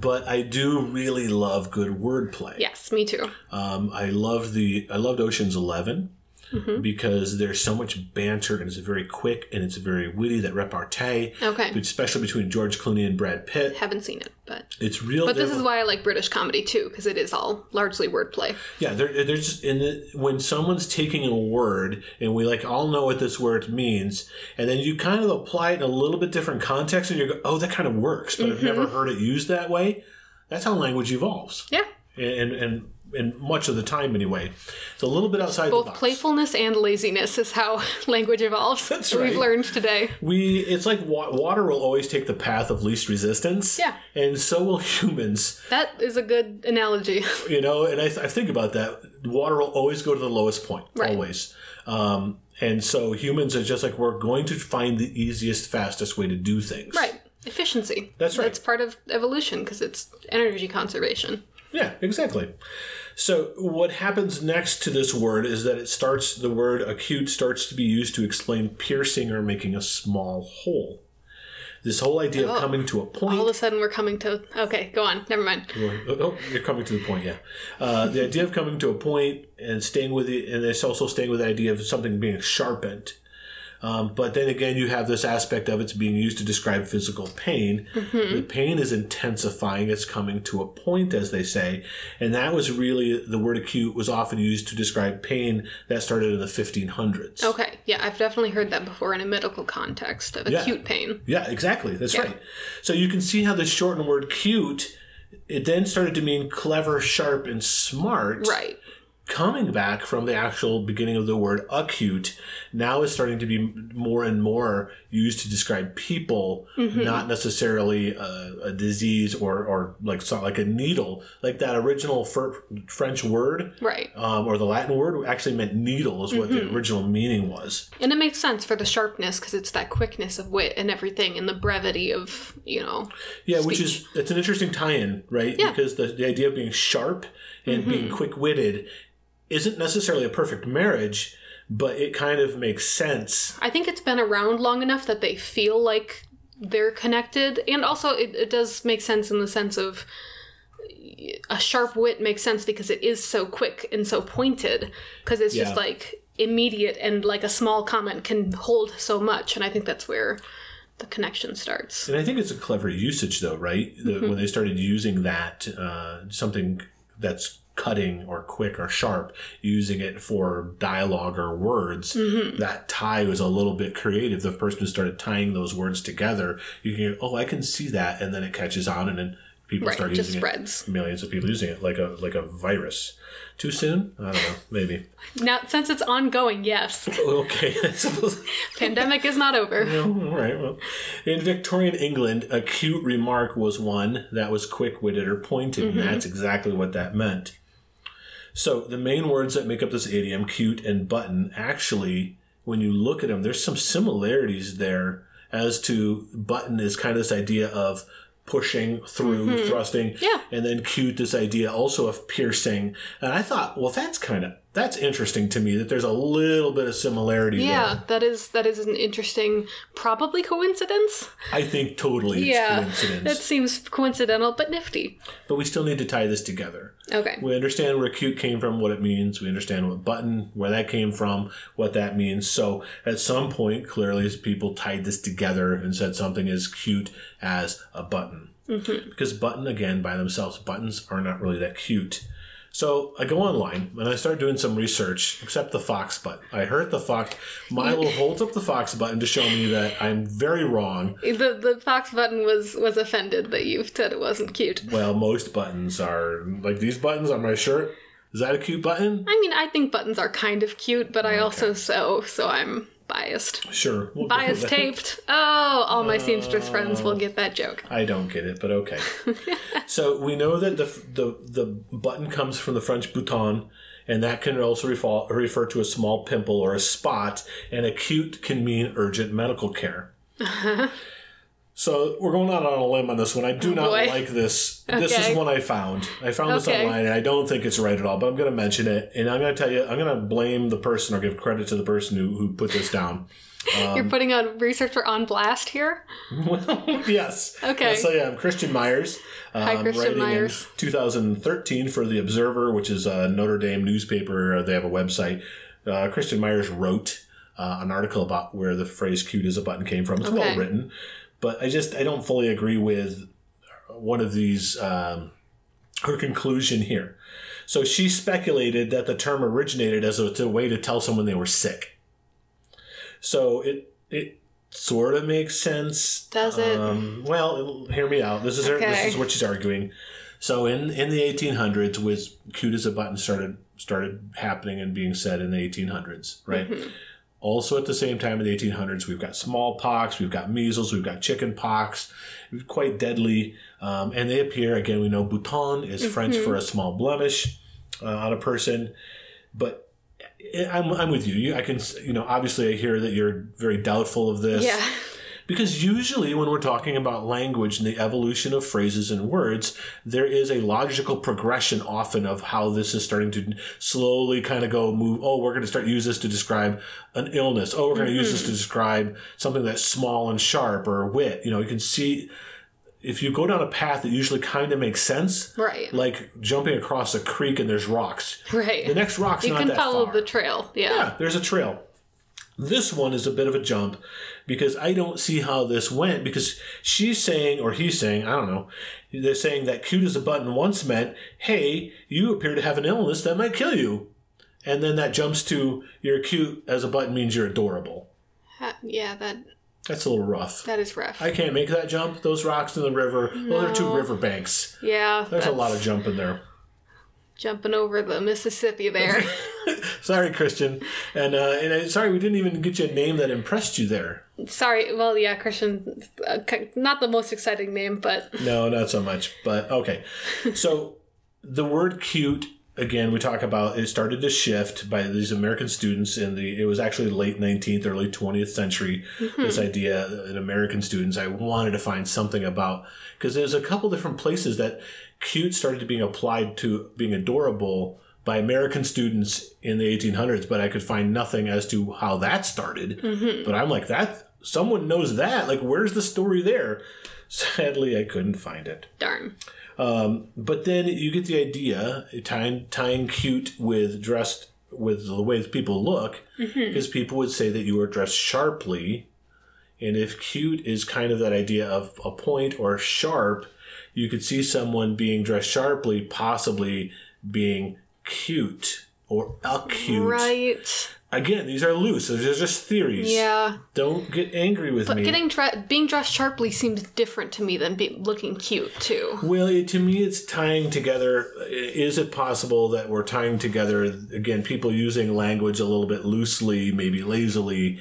B: But I do really love good wordplay.
A: Yes, me too.
B: Um, I loved the I loved Ocean's 11
A: Mm-hmm.
B: because there's so much banter and it's very quick and it's very witty. That repartee,
A: Okay.
B: especially between George Clooney and Brad Pitt,
A: Haven't seen it, but
B: it's real.
A: But this is why I like British comedy too, because it is all largely wordplay.
B: yeah. There, there's just in the, when someone's taking a word and we like all know what this word means, and then you kind of apply it in a little bit different context, and you go, oh, that kind of works, but I've
A: Mm-hmm.
B: never heard it used that way. That's how language evolves,
A: Yeah,
B: and and and much of the time anyway. It's a little bit outside
A: both
B: the box.
A: playfulness and laziness is how language evolves.
B: That's
A: We've
B: right.
A: learned today.
B: We it's like wa- water will always take the path of least resistance.
A: Yeah.
B: And so will humans,
A: That is a good analogy.
B: you know. And I, I think about that. Water will always go to the lowest point,
A: Right.
B: always. Um, and so humans are just like we're going to find the easiest, fastest way to do things.
A: right. Efficiency.
B: That's right.
A: That's part of evolution because it's energy conservation.
B: Yeah, exactly. So what happens next to this word is that it starts the word acute starts to be used to explain piercing or making a small hole. This whole idea of coming to a point.
A: Oh. All of a sudden, we're coming to. Okay, go on. Never mind.
B: Oh, oh, you're coming to the point, yeah. Uh, the idea of coming to a point and staying with it, and it's also staying with the idea of something being sharpened. Um, but then again, you have this aspect of it's being used to describe physical pain.
A: Mm-hmm.
B: The pain is intensifying; it's coming to a point, as they say, and that was really the word acute was often used to describe pain that started in the 1500s.
A: Okay, yeah, I've definitely heard that before in a medical context of acute pain.
B: Yeah, exactly. That's right. So you can see how the shortened word cute, it then started to mean clever, sharp, and smart.
A: Right.
B: Coming back from the actual beginning of the word acute, now is starting to be m- more and more used to describe people, not necessarily a, a disease or, or like so, like a needle, like that original fr- French word
A: Right.
B: um, or the Latin word actually meant needle is what the original meaning was.
A: And it makes sense for the sharpness because it's that quickness of wit and everything and the brevity of, you know.
B: Yeah, which is it's an interesting tie-in, right?
A: Yeah.
B: Because the, the idea of being sharp and being quick-witted isn't necessarily a perfect marriage, but it kind of makes sense.
A: I think it's been around long enough that they feel like they're connected. And also, it, it does make sense in the sense of a sharp wit makes sense because it is so quick and so pointed because it's
B: Yeah.
A: just like immediate and like a small comment can hold so much. And I think that's where the connection starts.
B: And I think it's a clever usage, though, right? The,
A: Mm-hmm.
B: When they started using that uh, something that's cutting or quick or sharp, using it for dialogue or words,
A: Mm-hmm.
B: that tie was a little bit creative. The person who started tying those words together, you can, oh, I can see that, and then it catches on, and then people
A: Right,
B: start
A: it just
B: using it.
A: spreads.
B: millions of people using it like a like a virus. Too soon? I don't know. Maybe.
A: Now, since it's ongoing, yes,
B: okay.
A: pandemic is not over.
B: All right. Well, in Victorian England, a cute remark was one that was quick-witted or pointed,
A: Mm-hmm.
B: and that's exactly what that meant. So the main words that make up this idiom, cute and button, actually, when you look at them, there's some similarities there as to button is kind of this idea of pushing through, thrusting,
A: Mm-hmm. Yeah.
B: and then cute this idea also of piercing. And I thought, well, that's kind of that's interesting to me that there's a little bit of similarity there.
A: Yeah, that is that is an interesting, probably coincidence.
B: I think totally
A: yeah,
B: it's coincidence.
A: that seems coincidental but nifty.
B: But we still need to tie this together.
A: Okay,
B: We understand where cute came from, what it means. We understand what button, where that came from, what that means. So at some point, clearly, as people tied this together and said something as cute as a button. Because button, again, by themselves, buttons are not really that cute. So I go online and I start doing some research, except the fox button. I heard the fox. Milo holds up the fox button to show me that I'm very wrong.
A: the the fox button was was offended that you said it wasn't cute.
B: Well, most buttons are like these buttons on my shirt. Is that a cute button?
A: I mean, I think buttons are kind of cute, but I also sew, so I'm biased.
B: Sure. we'll Oh. go
A: Bias
B: with that.
A: taped. Oh, all my seamstress friends will get that joke.
B: I don't get it, but okay. so we know that the, the the button comes from the French bouton, and that can also refer, refer to a small pimple or a spot, and acute can mean urgent medical care. so we're going out on a limb on this one. I do not
A: Oh, boy.
B: like this. This is
A: Okay.
B: one I found. I found this
A: Okay.
B: online, and I don't think it's right at all. But I'm going to mention it, and I'm going to tell you, I'm going to blame the person or give credit to the person who, who put this down.
A: You're
B: Um,
A: putting a researcher on blast here.
B: Well, yes. Uh,
A: Okay.
B: So yeah, I'm Christian Myers. Um,
A: Hi, Christian
B: writing
A: Myers.
B: In 2013 for the Observer, which is a Notre Dame newspaper. Uh, They have a website. Uh, Christian Myers wrote uh, an article about where the phrase "cute as a button" came from. It's well written, but I just I don't fully agree with one of these um, her conclusion here. So she speculated that the term originated as a, a way to tell someone they were sick. So it it sort of makes sense.
A: Does it?
B: Um, well, hear me out. This is her, this
A: Okay.
B: is what she's arguing. So in in the 1800s, was cute as a button started started happening and being said in the 1800s, right?
A: Mm-hmm.
B: Also, at the same time in the 1800s, we've got smallpox, we've got measles, we've got chicken pox, quite deadly. Um, and they appear, again, we know bouton is French for a small blemish uh, on a person. But eh, I- I'm, I'm with you. you. I can, s- you know, obviously I hear that you're very doubtful of this
A: Yeah.
B: Because usually, when we're talking about language and the evolution of phrases and words, there is a logical progression often of how this is starting to slowly kind of go move. Oh, we're going to start use this to describe an illness. Oh, we're going to use
A: Mm-hmm.
B: this to describe something that's small and sharp or wit. You know, you can see if you go down a path that usually kind of makes sense,
A: Right.
B: like jumping across a creek and there's rocks.
A: Right.
B: The next rock's
A: you
B: not
A: can
B: that
A: follow
B: far.
A: the trail. Yeah.
B: Yeah, there's a trail. This one is a bit of a jump because I don't see how this went because she's saying, or he's saying, I don't know, they're saying that cute as a button once meant, hey, you appear to have an illness that might kill you. And then that jumps to, you're cute as a button means you're adorable.
A: Ha- yeah, that
B: That's a little rough.
A: that is rough.
B: I can't make that jump. Those rocks in the river, those are two
A: No.
B: river banks.
A: yeah.
B: There's a
A: that's
B: lot of jump in there.
A: jumping over the Mississippi there.
B: Sorry, Christian. And, uh, and I, sorry, we didn't even get you a name that impressed you there.
A: Sorry. Well, yeah, Christian, uh, ki- not the most exciting name, but
B: No, not so much. But okay. So the word cute again we talk about it started to shift by these American students in the it was actually late 19th early 20th century this idea in American students I wanted to find something about because there's a couple different places that cute started being applied to being adorable by American students in the 1800s but I could find nothing as to how that started but I'm like that someone knows that like where's the story there sadly I couldn't find it Um,
A: darn.
B: but then you get the idea tying tying cute with dressed with the way people look
A: Mm-hmm.
B: because people would say that you were dressed sharply and if cute is kind of that idea of a point or sharp you could see someone being dressed sharply possibly being cute or acute
A: Right.
B: again these are loose these are just theories
A: Yeah.
B: don't get angry with
A: But
B: me
A: getting dre- being dressed sharply seemed different to me than be- looking cute too.
B: Well, it, to me, it's tying together. i- Is it possible that we're tying together again people using language a little bit loosely, maybe lazily?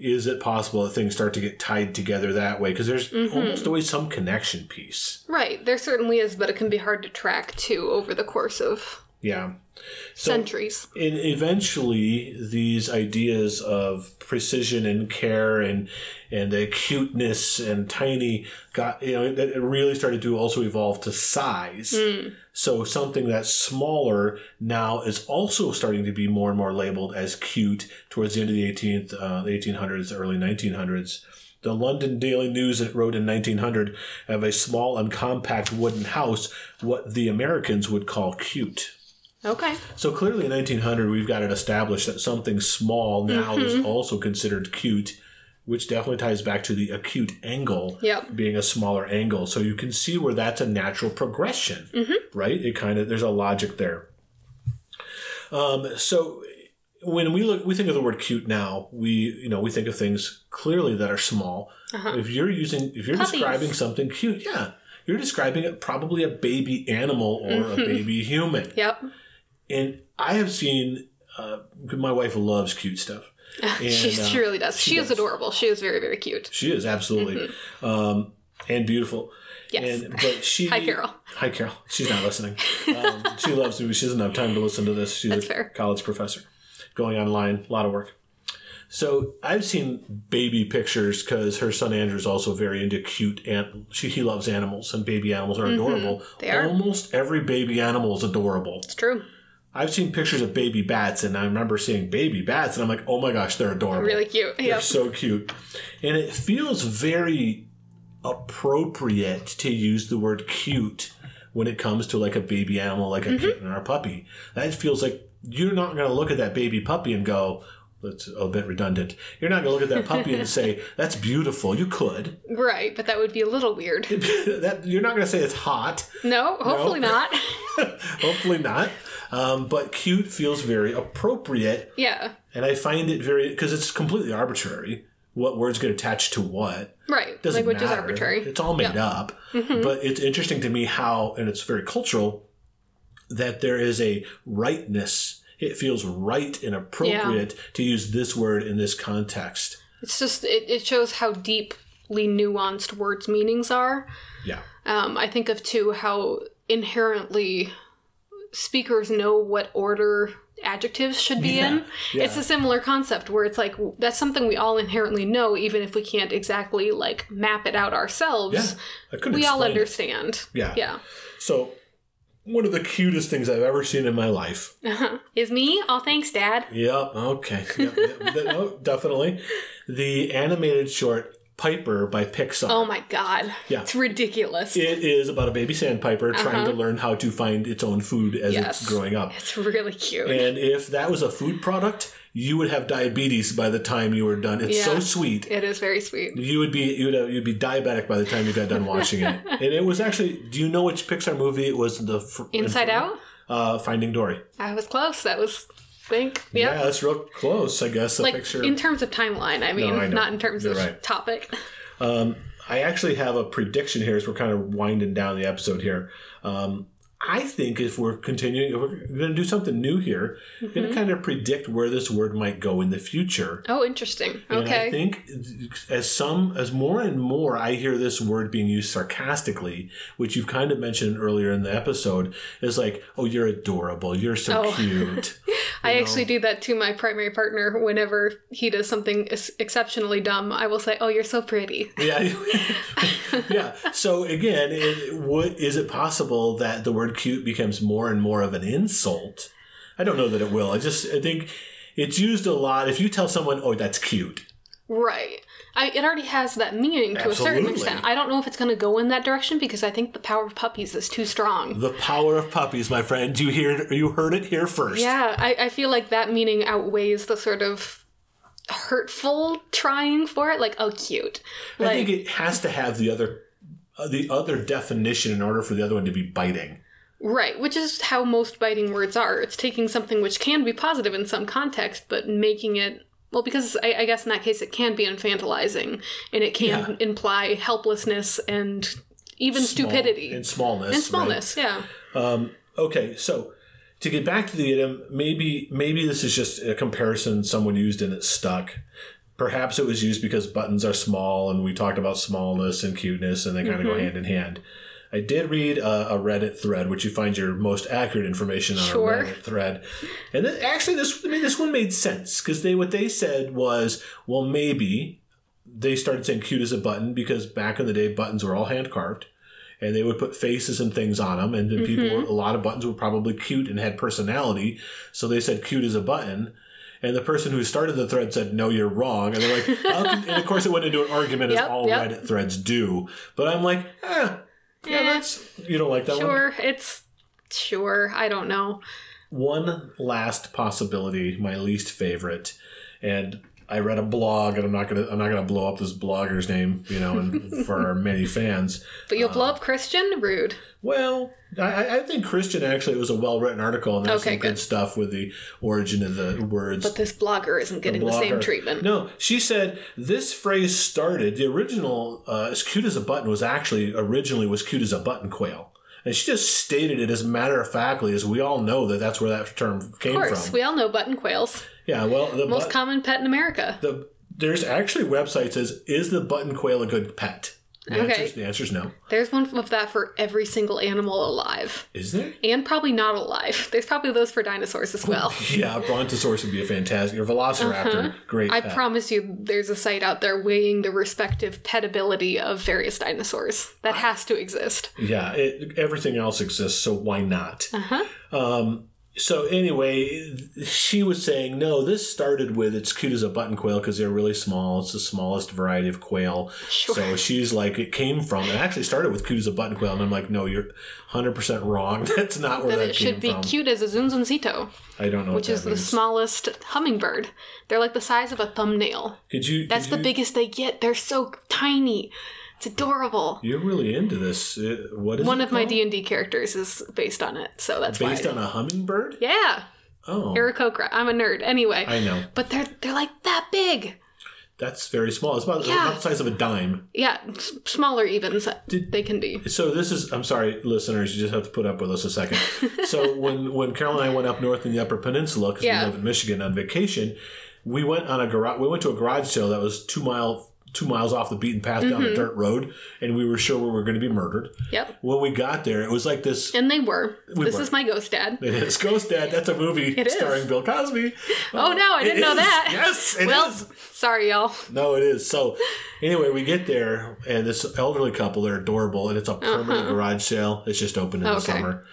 B: Is it possible that things start to get tied together that way? Because there's almost always some connection piece.
A: Right. There certainly is, but it can be hard to track too over the course of
B: Yeah. So,
A: centuries.
B: and eventually, these ideas of precision and care and and acuteness and tiny got you know that it really started to also evolve to size. So something that's smaller now is also starting to be more and more labeled as cute towards the end of the 18th, uh, 1800s, early 1900s. The London Daily News that wrote in 1900 of a small and compact wooden house, what the Americans would call cute.
A: Okay.
B: So clearly, in 1900, we've got it established that something small now is also considered cute, which definitely ties back to the acute angle
A: Yep.
B: being a smaller angle. So you can see where that's a natural progression, right? It kind of there's a logic there. Um, so when we look, we think of the word cute now. We you know we think of things clearly that are small. If you're using, if you're
A: Puppies.
B: describing something cute, yeah. You're describing it probably a baby animal or a baby human
A: Yep.
B: and I have seen uh, my wife loves cute stuff. And,
A: she, she
B: uh,
A: really does. She, is
B: does.
A: adorable. She is very, very cute.
B: she is absolutely um, and beautiful.
A: Mm-hmm. Yes.
B: And but she
A: Hi, Carol.
B: Hi Carol. She's not listening. Um, she loves me. She doesn't have time to listen to this. She's
A: That's
B: a
A: fair.
B: college professor, going online, a lot of work. So I've seen baby pictures because her son Andrew is also very into cute and she he loves animals and baby animals are adorable.
A: Mm-hmm. They are.
B: Almost every baby animal is adorable.
A: It's true.
B: I've seen pictures of baby bats, and I remember seeing baby bats, and I'm like, oh my gosh, they're adorable.
A: Really cute.
B: They're
A: Yep.
B: so cute. And it feels very appropriate to use the word cute when it comes to like a baby animal, like a
A: Mm-hmm.
B: kitten or a puppy. That feels like you're not going to look at that baby puppy and go, that's a bit redundant. You're not going to look at that puppy and say, that's beautiful. You could.
A: Right, but that would be a little weird.
B: that, you're not going to say it's hot.
A: No, hopefully not.
B: Hopefully not. Um, but cute feels very appropriate
A: yeah.
B: And I find it very because it's completely arbitrary what words get attached to what.
A: Right.
B: Doesn't
A: Language
B: matter.
A: is arbitrary. Mm-hmm.
B: It's all made up. But it's interesting to me how, and it's very cultural, that there is a rightness. It feels right and appropriate to use this word in this context.
A: It's just it, it shows how deeply nuanced words meanings are.
B: Yeah.
A: Um, I think of too how inherently speakers know what order adjectives should be
B: Yeah,
A: in.
B: yeah.
A: It's a similar concept where it's like w- that's something we all inherently know, even if we can't exactly like map it out
B: Yeah,
A: ourselves.
B: I couldn't.
A: We all
B: explain it.
A: understand.
B: Yeah.
A: Yeah.
B: So, one of the cutest things I've ever seen in my life.
A: Is me? All thanks, Dad.
B: Yep. Okay. Yep, yep, de- oh, definitely. The animated short Piper by Pixar.
A: Oh my God.
B: Yeah.
A: It's ridiculous.
B: It is about a baby sandpiper trying to learn how to find its own food as
A: Uh-huh. Yes.
B: it's growing up.
A: It's really cute.
B: And if that was a food product, you would have diabetes by the time you were done. It's so
A: Yeah.
B: sweet.
A: It is very sweet.
B: You would be you would have, you'd be diabetic by the time you got done watching it. And it was actually. Do you know which Pixar movie it was? The fr-
A: Inside Out?
B: Uh, Finding Dory.
A: I was close. That was, think, yeah.
B: Yeah, that's real close. I guess the
A: like
B: picture.
A: in terms of timeline, I mean,
B: I know.
A: not in terms
B: You're
A: of
B: right.
A: topic.
B: Um, I actually have a prediction here as we're kind of winding down the episode here. Um, I think if we're continuing, if we're going to do something new here, we're
A: Mm-hmm.
B: going to kind of predict where this word might go in the future.
A: Oh, interesting.
B: And I
A: Okay.
B: think as some, as more and more I hear this word being used sarcastically, which you've kind of mentioned earlier in the episode, is like, oh, you're adorable. You're so
A: Oh.
B: cute.
A: I, actually do that to my primary partner whenever he does something ex- exceptionally dumb. I will say, "Oh, you're so pretty."
B: Yeah, yeah. So again, it, what is it possible that the word "cute" becomes more and more of an insult? I don't know that it will. I just I think it's used a lot. If you tell someone, "Oh, that's cute,"
A: Right. I, it already has that meaning to a certain
B: Absolutely.
A: extent. I don't know if it's going to go in that direction because I think the power of puppies is too strong.
B: the power of puppies, my friend. You hear you heard it here first.
A: Yeah, I, I feel like that meaning outweighs the sort of hurtful trying for it. Like, oh, cute. Like,
B: I think it has to have the other uh, the other definition in order for the other one to be biting.
A: Right, which is how most biting words are. It's taking something which can be positive in some context, but making it well, because I, I guess in that case it can be infantilizing, and it can
B: Yeah.
A: imply helplessness and even stupidity
B: and smallness
A: And
B: right?
A: smallness. Yeah,
B: Okay, so to get back to the item, maybe maybe this is just a comparison someone used and it stuck. Perhaps it was used because buttons are small, and we talked about smallness and cuteness, and they kind of go hand in hand. I did read a, a Reddit thread, which you find your most accurate information on
A: Sure.
B: a Reddit thread, and then, actually this I mean, this one made sense because they what they said was, well, maybe they started saying cute as a button because back in the day buttons were all hand carved and they would put faces and things on them and then people
A: Mm-hmm.
B: were, a lot of buttons were probably cute and had personality so they said cute as a button and the person who started the thread said no you're wrong and they're like "How can-" and of course it went into an argument as
A: Yep,
B: all
A: yep.
B: reddit threads do but i'm like eh, yeah,
A: Eh.
B: that's you don't like that one
A: sure. It's sure. I don't know.
B: one last possibility, my least favorite, and I read a blog, and I'm not gonna I'm not gonna blow up this blogger's name, you know, and for our many fans.
A: But you'll
B: Uh,
A: blow up Christian. Rude.
B: Well, I- I, I think Christian actually it was a well written article, and there's
A: Okay,
B: some good.
A: good.
B: stuff with the origin of the words.
A: But this blogger isn't getting the, same
B: blogger.
A: treatment.
B: No, she said this phrase started. The original uh, "as cute as a button" was actually originally was "cute as a button quail," and she just stated it as matter of factly, as we all know that that's where that term came
A: of course,
B: from.
A: we all know button quails,
B: yeah, well, the
A: most
B: but-
A: common pet in America.
B: the there's actually websites as is the button quail a good pet? The
A: Okay.
B: Answer's, the answer's no.
A: There's one of that for every single animal alive.
B: Is there?
A: and probably not alive. There's probably those for dinosaurs as well.
B: Yeah, brontosaurus would be a fantastic or velociraptor. Great.
A: Uh-huh. I
B: pet.
A: promise you, there's a site out there weighing the respective petability of various dinosaurs. That has to exist.
B: yeah, it, everything else exists, so why not?
A: Uh-huh.
B: Um, so anyway, she was saying no. This started with it's cute as a button quail because they're really small. It's the smallest variety of quail.
A: Sure.
B: So she's like, it came from. It actually started with cute as a button quail, and I'm like, no, you're 100 percent wrong. That's not where
A: Then
B: that
A: it
B: came
A: should be
B: from.
A: cute as a zunzunzito,
B: I don't know
A: which is the smallest hummingbird. They're like the size of a thumbnail.
B: Could you?
A: That's
B: could
A: the
B: you-
A: biggest they get. They're so tiny. It's adorable.
B: You're really into this. Uh, What is
A: One
B: it
A: of my
B: called?
A: D and D characters is based on it, so that's
B: based
A: why.
B: on a hummingbird?
A: yeah,
B: Oh,
A: Aarakocra. I'm a nerd. Anyway,
B: I know.
A: but they're they're like that big.
B: That's very small. It's about,
A: Yeah.
B: about the size of a dime.
A: Yeah, s- smaller even so they can be.
B: So this is. I'm sorry, listeners. You just have to put up with us a second. so when when Carol and I went up north in the Upper Peninsula because
A: Yeah.
B: we live in Michigan on vacation, we went on a garage. We went to a garage sale that was two mile two miles off the beaten path down
A: Mm-hmm.
B: a dirt road, and we were sure we were going to be murdered.
A: Yep.
B: When we got there, it was like this
A: And they were.
B: We
A: this
B: were.
A: is my ghost dad.
B: It is Ghost Dad. That's a movie
A: It is.
B: starring Bill Cosby.
A: Oh, no, I
B: It
A: didn't know
B: is.
A: that.
B: Yes, it is.
A: well, sorry, y'all.
B: No, it is. So, anyway, we get there, and this elderly couple, they're adorable, and it's a permanent garage sale. It's just open in the
A: Uh-huh. Okay.
B: summer.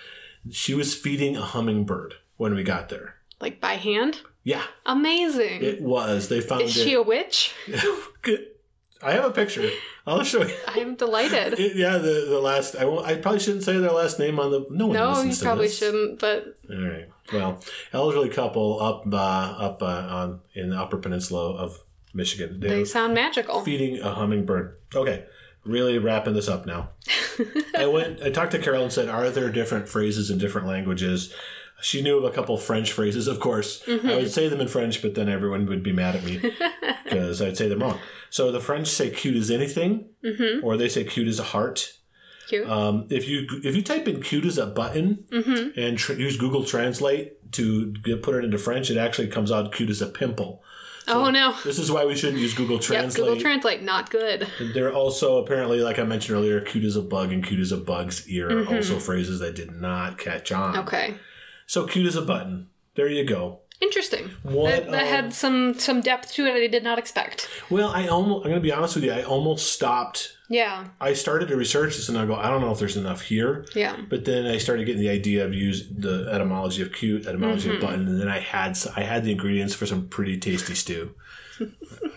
B: She was feeding a hummingbird when we got there.
A: Like by hand.
B: Yeah,
A: Amazing.
B: it was. They found
A: is she
B: it.
A: a witch?
B: I have a picture. I'll show you.
A: I'm delighted.
B: It- yeah, the, the last. I won't, I probably shouldn't say their last name on the. No one.
A: No,
B: listens
A: you
B: to
A: probably
B: this.
A: shouldn't, but
B: All right. Well, elderly couple up uh, up uh, on in the Upper Peninsula of Michigan. They
A: they
B: were
A: sound magical.
B: feeding a hummingbird. Okay, really wrapping this up now. I went. I talked to Carol and said, "Are there different phrases in different languages?" She knew of a couple French phrases, of course. I would say them in French, but then everyone would be mad at me because I'd say them wrong. So the French say "cute as anything,"
A: Mm-hmm.
B: or they say "cute as a heart."
A: Cute.
B: Um, if you if you type in "cute as a button,"
A: mm-hmm.
B: and tr- use Google Translate to get, put it into French, it actually comes out cute as a pimple.
A: oh no.
B: This is why we shouldn't use Google
A: Yep,
B: Translate.
A: Google Translate, not good.
B: They're also apparently, like I mentioned earlier, cute as a bug and cute as a bug's ear are also phrases that did not catch on.
A: Mm-hmm. Okay.
B: So cute as a button. There you go.
A: Interesting.
B: What,
A: that, that
B: um,
A: had some some depth to it I did not expect.
B: Well, I almost I'm going to be honest with you. I almost stopped.
A: Yeah.
B: I started to research this, and I go, I don't know if there's enough here.
A: Yeah.
B: But then I started getting the idea of use the etymology of cute, etymology
A: Mm-hmm.
B: of button, and then I had s- I had the ingredients for some pretty tasty stew.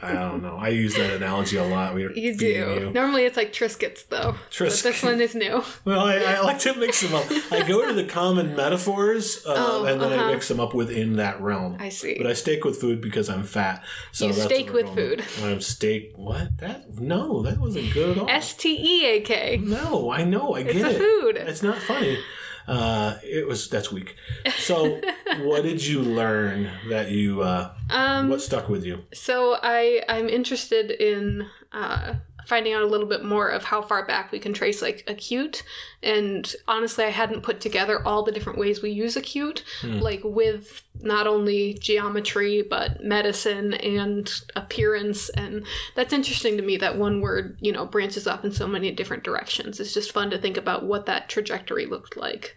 B: I don't know. I use that analogy a lot. We were
A: You do.
B: beating you.
A: Normally it's like Triscuits though. But
B: Triscuit.
A: this one is new.
B: Well, I, I like to mix them up. I go to the common metaphors, um,
A: Oh,
B: and then I
A: uh-huh.
B: mix them up within that realm.
A: I see.
B: But I steak with food because I'm fat. So
A: You
B: that's what
A: steak
B: we're
A: with
B: going with. I'm steak. What? That? No, that wasn't good at all.
A: S T E A K.
B: No, I know. I get
A: It's a
B: it.
A: food.
B: It's not funny. Uh, it was that's weak. So, what did you learn that you? Uh,
A: Um
B: what stuck with you?
A: So I I'm interested in uh, finding out a little bit more of how far back we can trace like acute. And honestly, I hadn't put together all the different ways we use acute,
B: Hmm.
A: like with not only geometry but medicine and appearance. And that's interesting to me that one word you know branches off in so many different directions. It's just fun to think about what that trajectory looked like.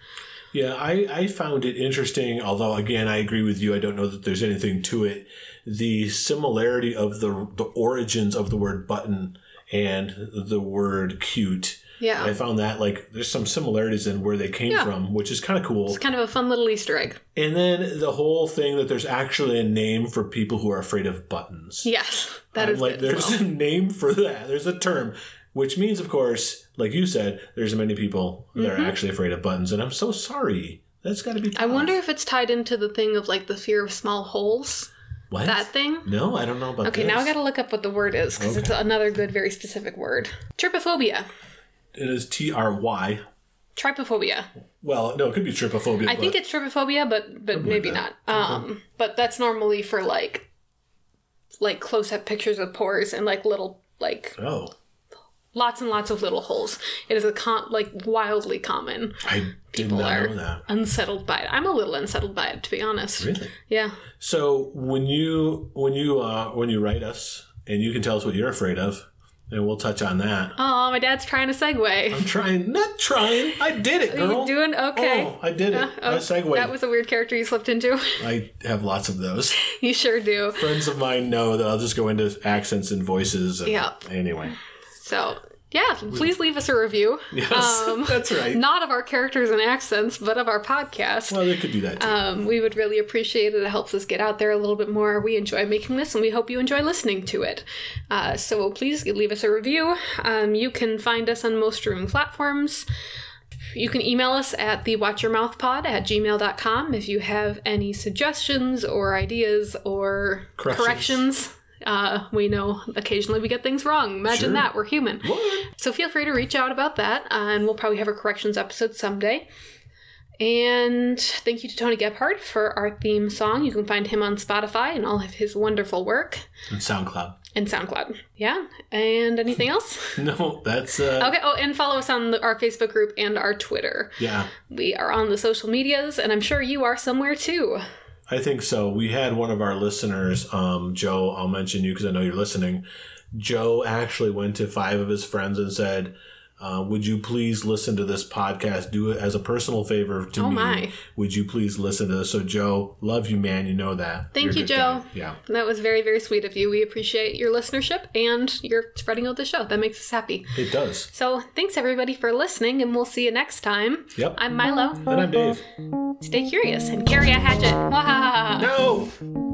B: Yeah, I, I found it interesting. Although, again, I agree with you. I don't know that there's anything to it. The similarity of the the origins of the word button and the word cute.
A: Yeah.
B: I found that like there's some similarities in where they came
A: Yeah.
B: from, which is kind of cool.
A: it's kind of a fun little Easter egg.
B: And then the whole thing that there's actually a name for people who are afraid of buttons.
A: Yes, that
B: I'm
A: is
B: like
A: good.
B: there's a name for that. There's a term, which means, of course, like you said, there's many people that are actually afraid of buttons, and I'm so sorry. That's got to be.
A: Mm-hmm. I
B: tough.
A: wonder if it's tied into the thing of like the fear of small holes.
B: what
A: That thing.
B: No, I don't know about.
A: Okay,
B: this.
A: now I gotta look up what the word is because it's another good, very specific word. Trypophobia.
B: It is T R Y.
A: Trypophobia.
B: Well, no, it could be trypophobia.
A: I think it's trypophobia, but but maybe
B: that.
A: not. Um, but that's normally for like like close up pictures of pores and like little like
B: Oh,
A: lots and lots of little holes. It is a con- like wildly common.
B: I did
A: People
B: not
A: are
B: know that.
A: unsettled by it. I'm a little unsettled by it to be honest.
B: Really.
A: Yeah.
B: So when you when you uh, when you write us, and you can tell us what you're afraid of, and we'll touch on that.
A: Oh, my dad's trying to segue.
B: I'm trying, not trying. I did it, girl.
A: You doing okay? Uh,
B: Oh, I did it. I segued.
A: That was a weird character you slipped into.
B: I have lots of those.
A: you sure do.
B: Friends of mine know that I'll just go into accents and voices. And
A: Yep.
B: Anyway,
A: So, yeah, please leave us a review. Um,
B: yes, that's right.
A: Not of our characters and accents, but of our podcast.
B: well, they could do that too.
A: um, we would really appreciate it. It helps us get out there a little bit more. We enjoy making this and we hope you enjoy listening to it. Uh, so please leave us a review. Um, you can find us on most streaming platforms. You can email us at the watchyourmouthpod at gmail.com if you have any suggestions or ideas or
B: Corrections.
A: corrections. Uh, we know occasionally we get things wrong. Imagine
B: Sure.
A: that. We're human.
B: What?
A: So feel free to reach out about that, uh, and we'll probably have a corrections episode someday. And thank you to Tony Gebhardt for our theme song. You can find him on Spotify and all of his wonderful work
B: And SoundCloud.
A: and SoundCloud. Yeah. And anything else?
B: No, that's uh,
A: Okay. Oh, and follow us on the, our Facebook group and our Twitter.
B: yeah.
A: We are on the social medias, and I'm sure you are somewhere too.
B: I think so. We had one of our listeners, um, Joe. I'll mention you because I know you're listening. Joe actually went to five of his friends and said, uh, "Would you please listen to this podcast? Do it as a personal favor to
A: Oh,
B: me.
A: my.
B: Would you please listen to this?" So Joe, love you, man. You know that.
A: Thank
B: You're a
A: you,
B: good
A: Joe.
B: guy. Yeah.
A: That was very, very sweet of you. We appreciate your listenership and your spreading out the show. That makes us happy.
B: It does.
A: So, thanks everybody for listening, and we'll see you next time.
B: Yep.
A: I'm Milo.
B: and I'm Dave.
A: Stay curious and carry a hatchet. Wahahaha.
B: No.